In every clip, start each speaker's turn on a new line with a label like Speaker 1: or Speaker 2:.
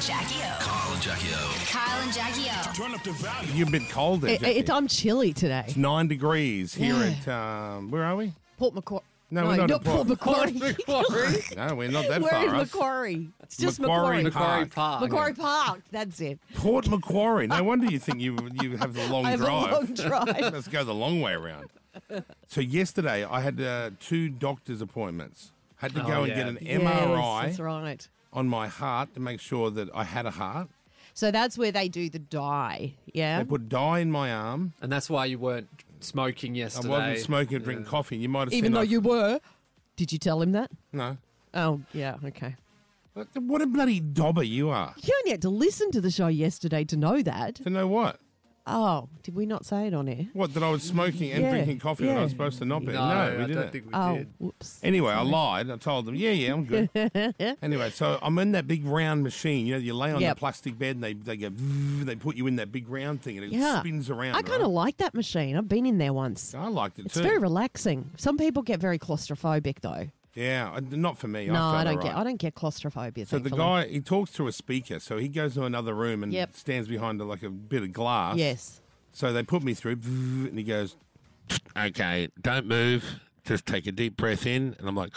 Speaker 1: Jackie O.
Speaker 2: Kyle and Jackie O.
Speaker 1: Kyle and Jackie O.
Speaker 3: Turn up the value.
Speaker 4: You've been cold. there,
Speaker 5: It,
Speaker 4: Jackie.
Speaker 5: it, I'm chilly today.
Speaker 4: It's nine degrees here
Speaker 5: Yeah.
Speaker 4: at um, where are we?
Speaker 5: Port Macquarie.
Speaker 4: No, we're not, at
Speaker 5: Port Macquarie.
Speaker 6: Macquarie.
Speaker 4: No, we're not that
Speaker 5: Where
Speaker 4: far.
Speaker 5: is
Speaker 4: off.
Speaker 5: Macquarie? It's just
Speaker 4: Macquarie
Speaker 5: Macquarie.
Speaker 4: Park.
Speaker 6: Macquarie Park.
Speaker 5: Macquarie Park. That's it.
Speaker 4: Port Macquarie. No wonder you think you you have the long
Speaker 5: I have
Speaker 4: drive.
Speaker 5: a long drive.
Speaker 4: Let's go the long way around. So yesterday I had uh, two doctor's appointments. Had to go
Speaker 6: Oh,
Speaker 4: and
Speaker 6: yeah.
Speaker 4: get an
Speaker 5: Yes,
Speaker 4: MRI
Speaker 5: that's right.
Speaker 4: on my heart to make sure that I had a heart.
Speaker 5: So that's where they do the dye. Yeah.
Speaker 4: They put dye in my arm.
Speaker 6: And that's why you weren't smoking yesterday.
Speaker 4: I wasn't smoking or drinking coffee. You might have
Speaker 5: Even
Speaker 4: seen
Speaker 5: though
Speaker 4: I-
Speaker 5: you were. Did you tell him that?
Speaker 4: no.
Speaker 5: Oh, yeah. Okay.
Speaker 4: What- What a bloody dobber you are!
Speaker 5: You only had to listen to the show yesterday to know that.
Speaker 4: To know what?
Speaker 5: Oh, did we not say it on air?
Speaker 4: What that I was smoking and
Speaker 5: Yeah,
Speaker 4: drinking coffee when I
Speaker 5: yeah.
Speaker 4: was supposed to not be.
Speaker 6: No,
Speaker 4: No, we
Speaker 6: I
Speaker 4: didn't.
Speaker 6: don't think we
Speaker 5: Oh,
Speaker 6: did.
Speaker 5: whoops.
Speaker 4: Anyway, I lied. I told them, yeah, yeah, I'm good. anyway, so I'm in that big round machine. You know, you lay on
Speaker 5: Yep.
Speaker 4: the plastic bed and they, they go, "Vzz," they put you in that big round thing and it
Speaker 5: Yeah.
Speaker 4: spins around.
Speaker 5: I kind of like that machine. I've been in there once.
Speaker 4: I liked it
Speaker 5: It's
Speaker 4: too.
Speaker 5: very relaxing. Some people get very claustrophobic though.
Speaker 4: yeah, I- not for me.
Speaker 5: no,
Speaker 4: I,
Speaker 5: I
Speaker 4: felt
Speaker 5: don't
Speaker 4: all
Speaker 5: get.
Speaker 4: right.
Speaker 5: I don't get claustrophobia.
Speaker 4: So the
Speaker 5: thankfully.
Speaker 4: guy, he talks through a speaker. So he goes to another room and
Speaker 5: Yep.
Speaker 4: stands behind like a bit of glass.
Speaker 5: Yes.
Speaker 4: So they put me through, "Vzz," and he goes, "Okay, don't move. Just take a deep breath in." And I'm like,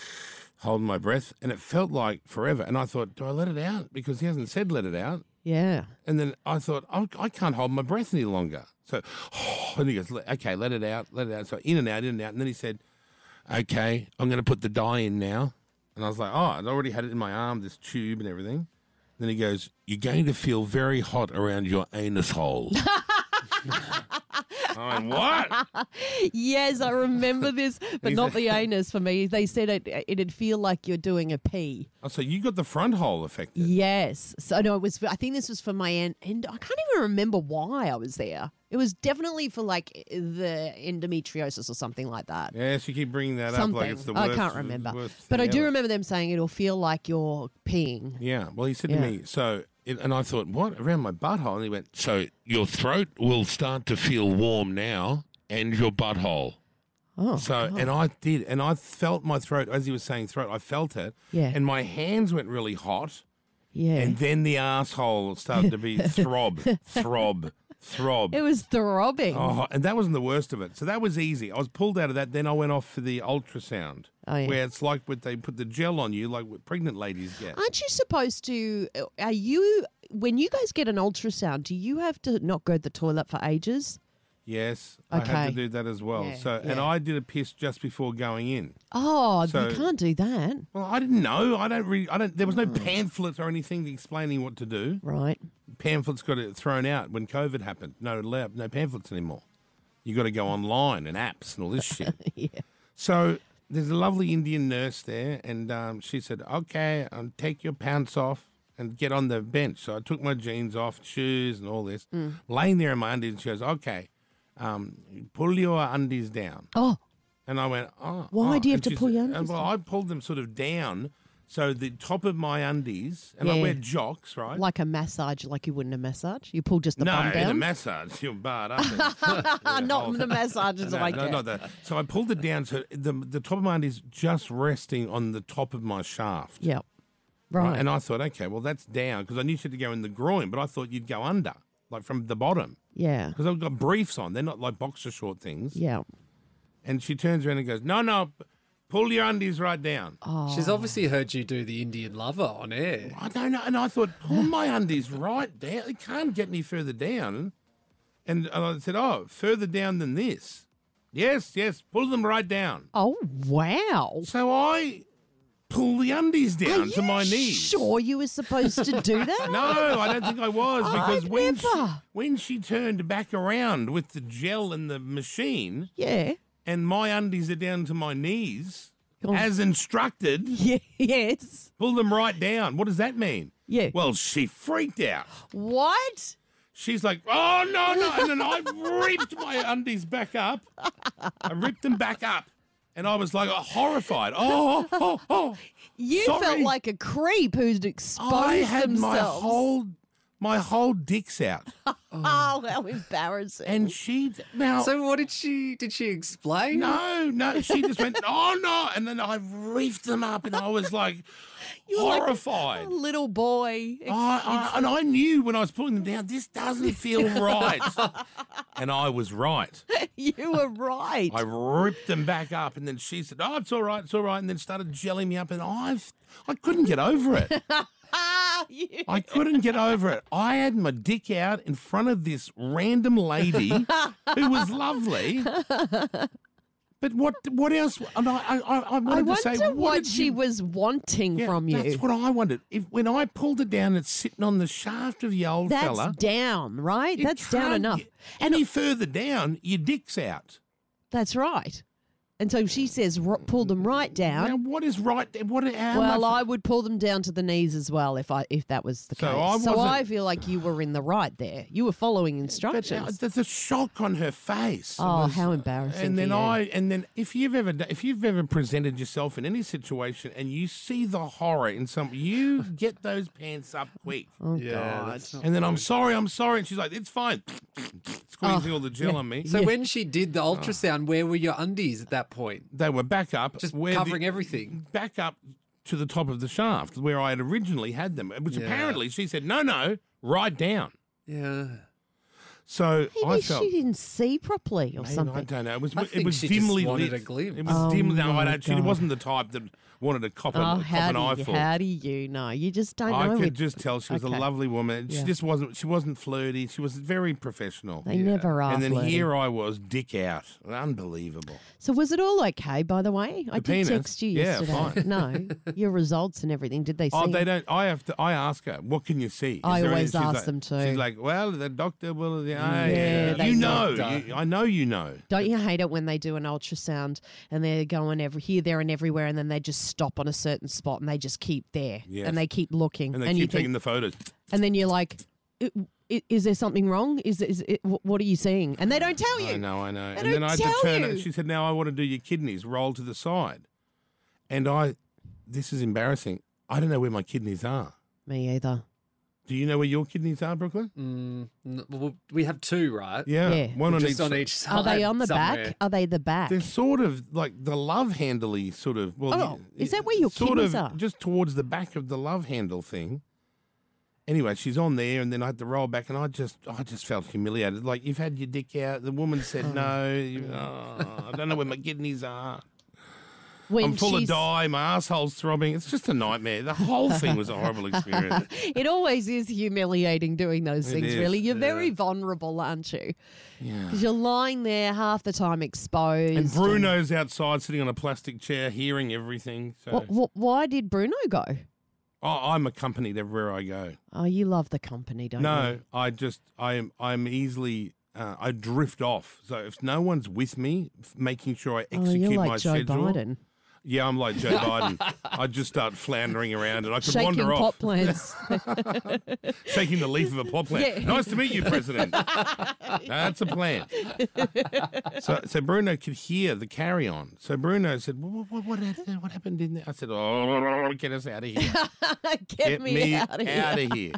Speaker 4: holding my breath, and it felt like forever. And I thought, "Do I let it out?" Because he hasn't said let it out.
Speaker 5: Yeah.
Speaker 4: And then I thought, I, I can't hold my breath any longer. So, and he goes, "Le- "Okay, let it out, let it out." So in and out, in and out. And then he said, "Okay, I'm going to put the dye in now." And I was like, "Oh, I would already had it in my arm, this tube and everything." Then he goes, "You're going to feel very hot around your anus hole." I'm what?
Speaker 5: Yes, I remember this, but
Speaker 4: He's
Speaker 5: not the anus for me. They said it. It'd feel like you're doing a pee.
Speaker 4: Oh, so you got the front hole affected.
Speaker 5: Yes. So no, it was. I think this was for my end. And I can't even remember why I was there. It was definitely for like the endometriosis or something like that.
Speaker 4: Yes, you keep bringing that up like it's the worst.
Speaker 5: I can't remember.
Speaker 4: worst
Speaker 5: But I
Speaker 4: thing
Speaker 5: do
Speaker 4: ever.
Speaker 5: remember them saying it'll feel like you're peeing.
Speaker 4: Yeah. Well, he said
Speaker 5: Yeah.
Speaker 4: to me, so, it, and I thought, what? Around my butthole? And he went, so your throat will start to feel warm now and your butthole.
Speaker 5: Oh.
Speaker 4: So, and I did, and I felt my throat, as he was saying throat, I felt it.
Speaker 5: Yeah.
Speaker 4: And my hands went really hot.
Speaker 5: yeah.
Speaker 4: And then the asshole started to be throb, throb, throb.
Speaker 5: it was throbbing.
Speaker 4: Oh, and that wasn't the worst of it. So that was easy. I was pulled out of that. Then I went off for the ultrasound,
Speaker 5: Oh, yeah.
Speaker 4: where it's like what they put the gel on you, like what pregnant ladies get.
Speaker 5: Aren't you supposed to? uh, Are you when you guys get an ultrasound? Do you have to not go to the toilet for ages?
Speaker 4: Yes, I had to
Speaker 5: Okay.
Speaker 4: do that as well.
Speaker 5: Yeah,
Speaker 4: so, and
Speaker 5: yeah.
Speaker 4: I did a piss just before going in.
Speaker 5: Oh,
Speaker 4: So-
Speaker 5: you can't do that,
Speaker 4: Well, I didn't know. I don't really. I don't. There was
Speaker 5: Hmm.
Speaker 4: no pamphlet or anything explaining what to do.
Speaker 5: right?
Speaker 4: Pamphlets got it thrown out when COVID happened. No, la- no pamphlets anymore. You got to go online and apps and all this shit.
Speaker 5: Yeah.
Speaker 4: So there's a lovely Indian nurse there, and um, she said, "Okay, um, take your pants off and get on the bench." So I took my jeans off, shoes, and all this,
Speaker 5: Hmm.
Speaker 4: laying there in my undies. And she goes, "Okay, um, pull your undies down."
Speaker 5: Oh,
Speaker 4: And I went, "Oh,
Speaker 5: Why
Speaker 4: oh."
Speaker 5: do you have
Speaker 4: And
Speaker 5: to
Speaker 4: she
Speaker 5: pull your
Speaker 4: said-
Speaker 5: undies
Speaker 4: Well, I pulled them sort of down, so the top of my undies, and I
Speaker 5: Yeah.
Speaker 4: wear jocks, right?
Speaker 5: like a massage, like you wouldn't a massage. You pull just the
Speaker 4: no,
Speaker 5: bum
Speaker 4: in a
Speaker 5: down. Ah,
Speaker 4: massage, you're barred up. Yeah,
Speaker 5: not
Speaker 4: whole
Speaker 5: the massages
Speaker 4: no,
Speaker 5: like
Speaker 4: no,
Speaker 5: that.
Speaker 4: not that. So I pulled it down. So the the top of my undies just resting on the top of my shaft.
Speaker 5: Yep.
Speaker 4: right?
Speaker 5: Right.
Speaker 4: And I thought, okay, well that's down because I knew you had to go in the groin, but I thought you'd go under, like from the bottom,
Speaker 5: yeah.
Speaker 4: because I've got briefs on. They're not like boxer short things.
Speaker 5: Yeah.
Speaker 4: And she turns around and goes, no, no, p- pull your undies right down.
Speaker 5: Oh.
Speaker 6: She's obviously heard you do the Indian lover on air.
Speaker 4: I don't know. And I thought, pull my undies right down. It can't get any further down. And I said, oh, further down than this. Yes, yes, pull them right down.
Speaker 5: Oh wow.
Speaker 4: So I pull the undies down
Speaker 5: Are
Speaker 4: to
Speaker 5: you
Speaker 4: my knees.
Speaker 5: Sure, you were supposed to do that.
Speaker 4: No, I don't think I was because
Speaker 5: I'd
Speaker 4: when she,
Speaker 5: never.
Speaker 4: when she turned back around with the gel and the machine,
Speaker 5: Yeah.
Speaker 4: and my undies are down to my knees, as instructed,
Speaker 5: Yeah. Yes.
Speaker 4: pull them right down. What does that mean?
Speaker 5: Yeah.
Speaker 4: Well, she freaked out.
Speaker 5: What?
Speaker 4: She's like, "Oh no, no!" And then I ripped my undies back up. I ripped them back up, and I was like horrified. Oh, oh, oh!
Speaker 5: You
Speaker 4: Sorry.
Speaker 5: felt like a creep who'd exposed
Speaker 4: I had my
Speaker 5: themselves.
Speaker 4: whole my whole dicks out,
Speaker 5: Oh, how embarrassing.
Speaker 4: Mm. and she now.
Speaker 6: So what did she did she explain?
Speaker 4: No, no. She just went, oh no, and then I reefed them up, and I was like,
Speaker 5: You were like, "Oh,
Speaker 4: horrified.
Speaker 5: "A little boy.
Speaker 4: Oh. I, I, and I knew when I was pulling them down, this doesn't feel right. and I was right.
Speaker 5: you were right.
Speaker 4: I ripped them back up, and then she said, "Oh, it's all right, it's all right," and then started gelling me up, and I, I couldn't get over it.
Speaker 5: ah, you.
Speaker 4: I couldn't get over it. I had my dick out in front of this random lady who was lovely. But what what else? And I I, I I wanted
Speaker 5: I
Speaker 4: to say
Speaker 5: wonder
Speaker 4: what,
Speaker 5: what,
Speaker 4: did
Speaker 5: she
Speaker 4: you,
Speaker 5: was wanting
Speaker 4: Yeah,
Speaker 5: from
Speaker 4: That's
Speaker 5: you.
Speaker 4: what I wondered. If when I pulled her down, it's sitting on the shaft of the old
Speaker 5: That's
Speaker 4: fella.
Speaker 5: down, right?
Speaker 4: You
Speaker 5: That's down
Speaker 4: can't
Speaker 5: enough.
Speaker 4: get Any further down, your dick's out.
Speaker 5: That's right. And so she says, "Ro- pull them right
Speaker 4: Now
Speaker 5: down.
Speaker 4: what is right? there? What? How
Speaker 5: well,
Speaker 4: much-
Speaker 5: I would pull them down to the knees as well if I if that was the
Speaker 4: So
Speaker 5: case.
Speaker 4: I
Speaker 5: so
Speaker 4: wasn't-
Speaker 5: I feel like you were in the right there. You were following
Speaker 4: But uh,
Speaker 5: instructions.
Speaker 4: there's a shock on her face.
Speaker 5: oh,
Speaker 4: It was- uh,
Speaker 5: how embarrassing!
Speaker 4: And
Speaker 5: for
Speaker 4: then
Speaker 5: you.
Speaker 4: I, and then if you've ever, do- if you've ever presented yourself in any situation and you see the horror in some, you get those pants up quick.
Speaker 5: Oh
Speaker 6: Yeah,
Speaker 5: God! Oh,
Speaker 6: that's not
Speaker 4: And then I'm sorry, I'm sorry, and she's like, "It's fine," squeezing all the gel on me.
Speaker 6: So when she did the
Speaker 4: Oh.
Speaker 6: ultrasound, where were your undies at that point?
Speaker 4: they were back up,
Speaker 6: Just
Speaker 4: where the-
Speaker 6: covering everything.
Speaker 4: back up to the top of the shaft where I had originally had them, which
Speaker 6: Yeah.
Speaker 4: apparently she said, "No, no, right down."
Speaker 6: Yeah.
Speaker 4: So I
Speaker 5: Maybe
Speaker 4: felt.
Speaker 5: she didn't see properly or
Speaker 4: Maybe, I
Speaker 5: something.
Speaker 4: don't know. It was
Speaker 6: I
Speaker 4: it
Speaker 6: think
Speaker 4: was
Speaker 6: she just
Speaker 4: dimly
Speaker 6: wanted
Speaker 4: lit.
Speaker 6: a glimpse.
Speaker 4: It was
Speaker 5: Oh
Speaker 4: dimly. No, I
Speaker 5: my
Speaker 4: don't. She
Speaker 5: God.
Speaker 4: wasn't the type that wanted to cop,
Speaker 5: Oh,
Speaker 4: an,
Speaker 5: how
Speaker 4: cop an
Speaker 5: do, you,
Speaker 4: eyeful.
Speaker 5: how do you know? You just don't
Speaker 4: I
Speaker 5: know.
Speaker 4: could
Speaker 5: it.
Speaker 4: just tell she was
Speaker 5: Okay.
Speaker 4: a lovely woman. She
Speaker 5: Yeah.
Speaker 4: just wasn't. She wasn't flirty. She was very professional.
Speaker 5: They never are.
Speaker 4: and then
Speaker 5: flirty.
Speaker 4: here I was, dick out. Unbelievable.
Speaker 5: So was it all okay? By the way, I
Speaker 4: The
Speaker 5: did
Speaker 4: penis?
Speaker 5: text you
Speaker 4: Yeah,
Speaker 5: yesterday.
Speaker 4: fine.
Speaker 5: No, your results and everything. Did they see?
Speaker 4: Oh, they
Speaker 5: it?
Speaker 4: don't. I have to. I ask her, what can you see? Is
Speaker 5: I
Speaker 4: there any-"
Speaker 5: always
Speaker 4: she's
Speaker 5: ask
Speaker 4: like-
Speaker 5: them to.
Speaker 4: She's like, well, the doctor will. The, yeah,
Speaker 5: they
Speaker 4: you know.
Speaker 6: know.
Speaker 4: You, I know you know.
Speaker 5: Don't you hate it when they do an ultrasound and they're going every here, there, and everywhere, and then they just stop on a certain spot and they just keep there
Speaker 4: Yes.
Speaker 5: and they keep looking
Speaker 4: And they
Speaker 5: you
Speaker 4: keep taking
Speaker 5: think,
Speaker 4: the photos.
Speaker 5: and then you're like, "I- i- is there something wrong? Is is it, wh- what are you seeing? And they don't tell you.
Speaker 4: I know, I know.
Speaker 5: don't
Speaker 4: and then I had to
Speaker 5: tell
Speaker 4: turn it.
Speaker 5: you.
Speaker 4: She said, "Now I want to do your kidneys. Roll to the side." And I, this is embarrassing. I don't know where my kidneys are.
Speaker 5: Me either.
Speaker 4: Do you know where your kidneys are, Brooklyn?
Speaker 6: Mm, n- well, we have two, right?
Speaker 4: Yeah,
Speaker 5: Yeah.
Speaker 4: one on each.
Speaker 6: Just on
Speaker 4: side.
Speaker 6: each side.
Speaker 5: Are they on the
Speaker 6: somewhere.
Speaker 5: back? Are they the back?
Speaker 4: They're sort of like the love handly sort of. Well,
Speaker 5: Oh,
Speaker 4: y-
Speaker 5: is that where your
Speaker 4: sort
Speaker 5: kidneys
Speaker 4: of
Speaker 5: are?
Speaker 4: Just towards the back of the love handle thing. Anyway, she's on there, and then I had to roll back, and I just, I just felt humiliated. Like you've had your dick out. The woman said no. You, oh, I don't know where my kidneys are.
Speaker 5: When
Speaker 4: I'm full of
Speaker 5: she's-
Speaker 4: dye. My asshole's throbbing. It's just a nightmare. The whole thing was a horrible experience.
Speaker 5: It always is humiliating doing those
Speaker 4: It
Speaker 5: things,
Speaker 4: is,
Speaker 5: really. You're very vulnerable, aren't you?
Speaker 4: Yeah.
Speaker 5: Because you're lying there half the time exposed.
Speaker 4: And Bruno's outside, sitting on a plastic chair, hearing everything. So
Speaker 5: Wh- wh- why did Bruno go?
Speaker 4: I, I'm accompanied everywhere I go.
Speaker 5: Oh, you love the company, don't you?
Speaker 4: No, I just I am I'm easily uh, I drift off. So if no one's with me, f- making sure I
Speaker 5: Oh,
Speaker 4: execute
Speaker 5: you're
Speaker 4: my
Speaker 5: like Joe
Speaker 4: schedule.
Speaker 5: Biden,
Speaker 4: Yeah, I'm like Joe Biden. I just start floundering around and I could
Speaker 5: shaking
Speaker 4: wander
Speaker 5: pot
Speaker 4: off,
Speaker 5: plants.
Speaker 4: taking the leaf of a pot plant.
Speaker 5: Yeah.
Speaker 4: Nice to meet you, President. That's a plant. So, so Bruno could hear the carry on. So Bruno said, "What, what, what, happened, what happened in there?" I said, "Oh, get us out of here."
Speaker 5: Get,
Speaker 4: get
Speaker 5: me, out of here.
Speaker 4: outta here.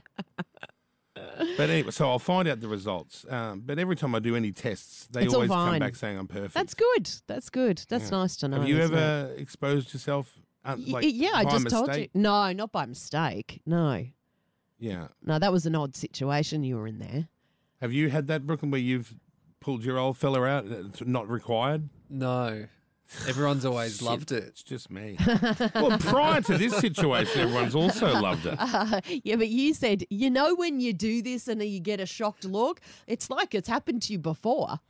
Speaker 4: but anyway, so I'll find out the results. Um, but every time I do any tests, they
Speaker 5: It's all
Speaker 4: always come
Speaker 5: fine.
Speaker 4: back saying I'm perfect.
Speaker 5: That's good. That's good. That's nice to know.
Speaker 4: Have you
Speaker 5: isn't it?
Speaker 4: ever exposed yourself? Um,
Speaker 5: Y-
Speaker 4: like,
Speaker 5: y- yeah, I
Speaker 4: by
Speaker 5: just told you.
Speaker 4: mistake?
Speaker 5: No, not by mistake. No,
Speaker 4: Yeah.
Speaker 5: no, that was an odd situation you were in there.
Speaker 4: Have you had that, Brooklyn, where you've pulled your old fella out? and It's not required.
Speaker 6: No. Everyone's always
Speaker 4: Shit,
Speaker 6: loved it.
Speaker 4: It's just me. well, prior to this situation, everyone's also loved it.
Speaker 5: yeah, but you said you know when you do this and you get a shocked look, it's like it's happened to you before.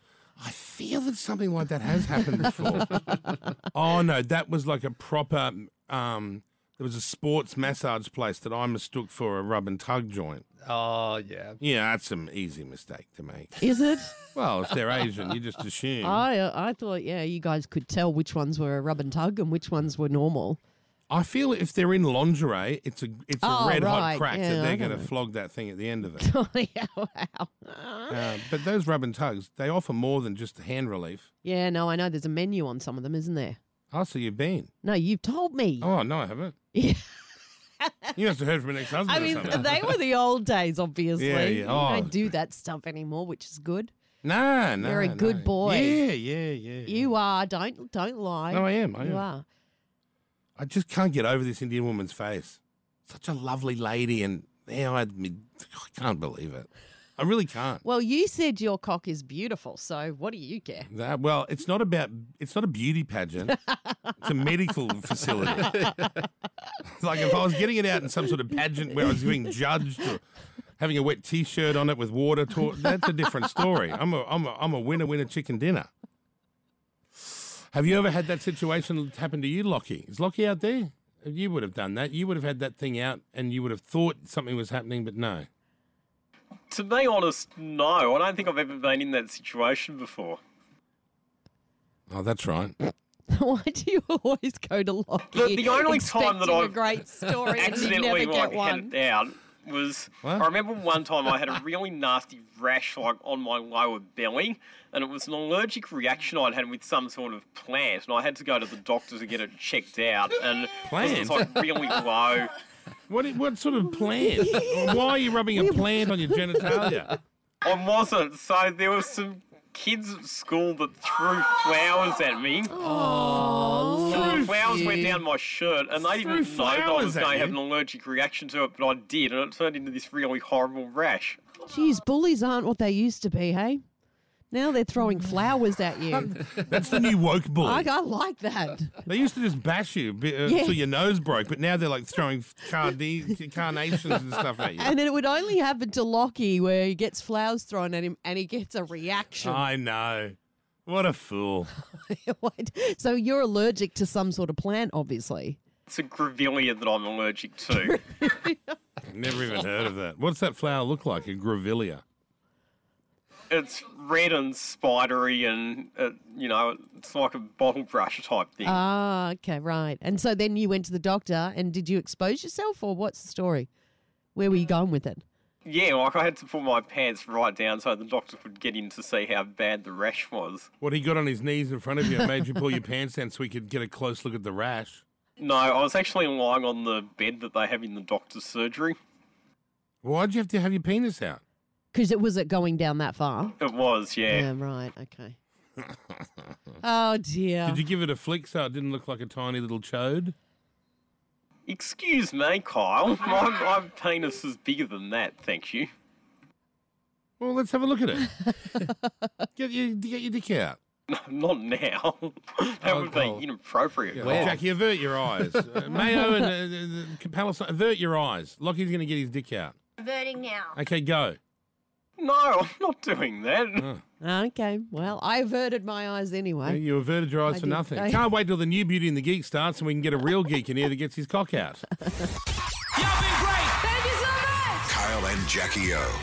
Speaker 4: I feel that something like that has happened before. oh no, that was like a proper. Um, there was a sports massage place that I mistook for a rub and tug joint.
Speaker 6: Oh, yeah.
Speaker 4: Yeah, that's an easy mistake to make.
Speaker 5: Is it?
Speaker 4: Well, if they're Asian, you just assume.
Speaker 5: I uh, I thought yeah, you guys could tell which ones were a rub and tug and which ones were normal.
Speaker 4: I feel if they're in lingerie, it's a it's a
Speaker 5: Oh,
Speaker 4: red hot
Speaker 5: right.
Speaker 4: crack
Speaker 5: Yeah,
Speaker 4: that
Speaker 5: I
Speaker 4: they're
Speaker 5: don't
Speaker 4: going to
Speaker 5: know.
Speaker 4: flog that thing at the end of it.
Speaker 5: Oh, yeah, wow.
Speaker 4: Uh, but those rub and tugs, they offer more than just hand relief.
Speaker 5: Yeah, no, I know. There's a menu on some of them, isn't there?
Speaker 4: Oh, so you've been?
Speaker 5: No, you've told me.
Speaker 4: Oh no, I haven't.
Speaker 5: Yeah.
Speaker 4: You must have heard from an ex-husband.
Speaker 5: I
Speaker 4: or
Speaker 5: mean,
Speaker 4: something.
Speaker 5: they were the old days, obviously.
Speaker 4: Yeah, yeah.
Speaker 5: You
Speaker 4: Oh.
Speaker 5: don't do that stuff anymore, which is good.
Speaker 4: No, no.
Speaker 5: You're a good
Speaker 4: no.
Speaker 5: boy.
Speaker 4: Yeah, yeah, yeah.
Speaker 5: You are. Don't don't lie.
Speaker 4: No, I am. I
Speaker 5: you
Speaker 4: am.
Speaker 5: are.
Speaker 4: I just can't get over this Indian woman's face. such a lovely lady, and now I, admit, I can't believe it. I really can't.
Speaker 5: Well, you said your cock is beautiful, so what do you care?
Speaker 4: That well, it's not about it's not a beauty pageant. it's a medical facility. It's like if I was getting it out in some sort of pageant where I was being judged or having a wet T-shirt on it with water, to- that's a different story. I'm a I'm a I'm a winner winner chicken dinner. Have you ever had that situation happen to you, Lockie? Is Lockie out there? You would have done that. You would have had that thing out, and you would have thought something was happening, but no.
Speaker 1: To be honest, no. I don't think I've ever been in that situation before.
Speaker 4: Oh, that's right.
Speaker 5: Why do you always go to Lockie?
Speaker 1: The- the only
Speaker 5: expecting
Speaker 1: time that
Speaker 5: a
Speaker 1: I've
Speaker 5: great story and you never
Speaker 1: Accidentally,
Speaker 5: get
Speaker 1: like, had
Speaker 5: one.
Speaker 1: it out was.
Speaker 4: What?
Speaker 1: I remember one time I had a really nasty rash, like on my lower belly, and it was an allergic reaction I'd had with some sort of plant, and I had to go to the doctor to get it checked out, and it was
Speaker 4: Plant?
Speaker 1: like really low.
Speaker 4: What what sort of plant? Why are you rubbing a plant on your genitalia?
Speaker 1: I wasn't. So there were some kids at school that threw flowers at me.
Speaker 5: Oh,
Speaker 4: Threw
Speaker 1: The flowers went
Speaker 4: you.
Speaker 1: down my shirt, and they
Speaker 4: Threw
Speaker 1: didn't know that I
Speaker 4: flowers
Speaker 1: was going
Speaker 4: at
Speaker 1: to have an
Speaker 4: you?
Speaker 1: allergic reaction to it, but I did, and it turned into this really horrible rash.
Speaker 5: Geez, bullies aren't what they used to be, hey? Now they're throwing flowers at you.
Speaker 4: That's the new woke bully.
Speaker 5: I, I like that.
Speaker 4: They used to just bash you bi- uh,
Speaker 5: Yeah.
Speaker 4: till your nose broke, but now they're like throwing carne- carnations and stuff at you.
Speaker 5: And then it would only happen to Lockie where he gets flowers thrown at him and he gets a reaction.
Speaker 4: I know. What a fool.
Speaker 5: so you're allergic to some sort of plant, obviously.
Speaker 1: It's a grevillea that I'm allergic to.
Speaker 4: Never even heard of that. What's that flower look like? A grevillea.
Speaker 1: it's red and spidery, and uh, you know, it's like a bottle brush type thing.
Speaker 5: Ah, okay, right. And so then you went to the doctor and did you expose yourself or what's the story? Where were you going with it?
Speaker 1: yeah, like I had to pull my pants right down so the doctor could get in to see how bad the rash was.
Speaker 4: What he got on his knees in front of you and made you pull your pants down so he could get a close look at the rash.
Speaker 1: No, I was actually lying on the bed that they have in the doctor's surgery.
Speaker 4: Why'd you have to have your penis out?
Speaker 5: Because it was it going down that far.
Speaker 1: It was, yeah.
Speaker 5: Yeah, right. Okay. Oh dear.
Speaker 4: Did you give it a flick so it didn't look like a tiny little chode?
Speaker 1: Excuse me, Kyle. My, my penis is bigger than that, thank you.
Speaker 4: Well, let's have a look at it. get, your, get your dick out.
Speaker 1: No, Not now. that
Speaker 4: Oh,
Speaker 1: would
Speaker 4: Kyle.
Speaker 1: be inappropriate.
Speaker 4: Yeah,
Speaker 1: Kyle.
Speaker 4: Jackie, avert your eyes. Uh, Mayo and uh, uh, uh, Palestine, avert your eyes. Lockie's going to get his dick out.
Speaker 2: Averting now.
Speaker 4: Okay, go.
Speaker 1: No, I'm not doing that.
Speaker 5: Okay. Well, I averted my eyes anyway.
Speaker 4: You averted your eyes
Speaker 5: I
Speaker 4: for
Speaker 5: did.
Speaker 4: nothing.
Speaker 5: I-
Speaker 4: Can't wait till the new Beauty and the Geek starts and we can get a real geek in here that gets his cock out.
Speaker 3: Kyle and Jackie O.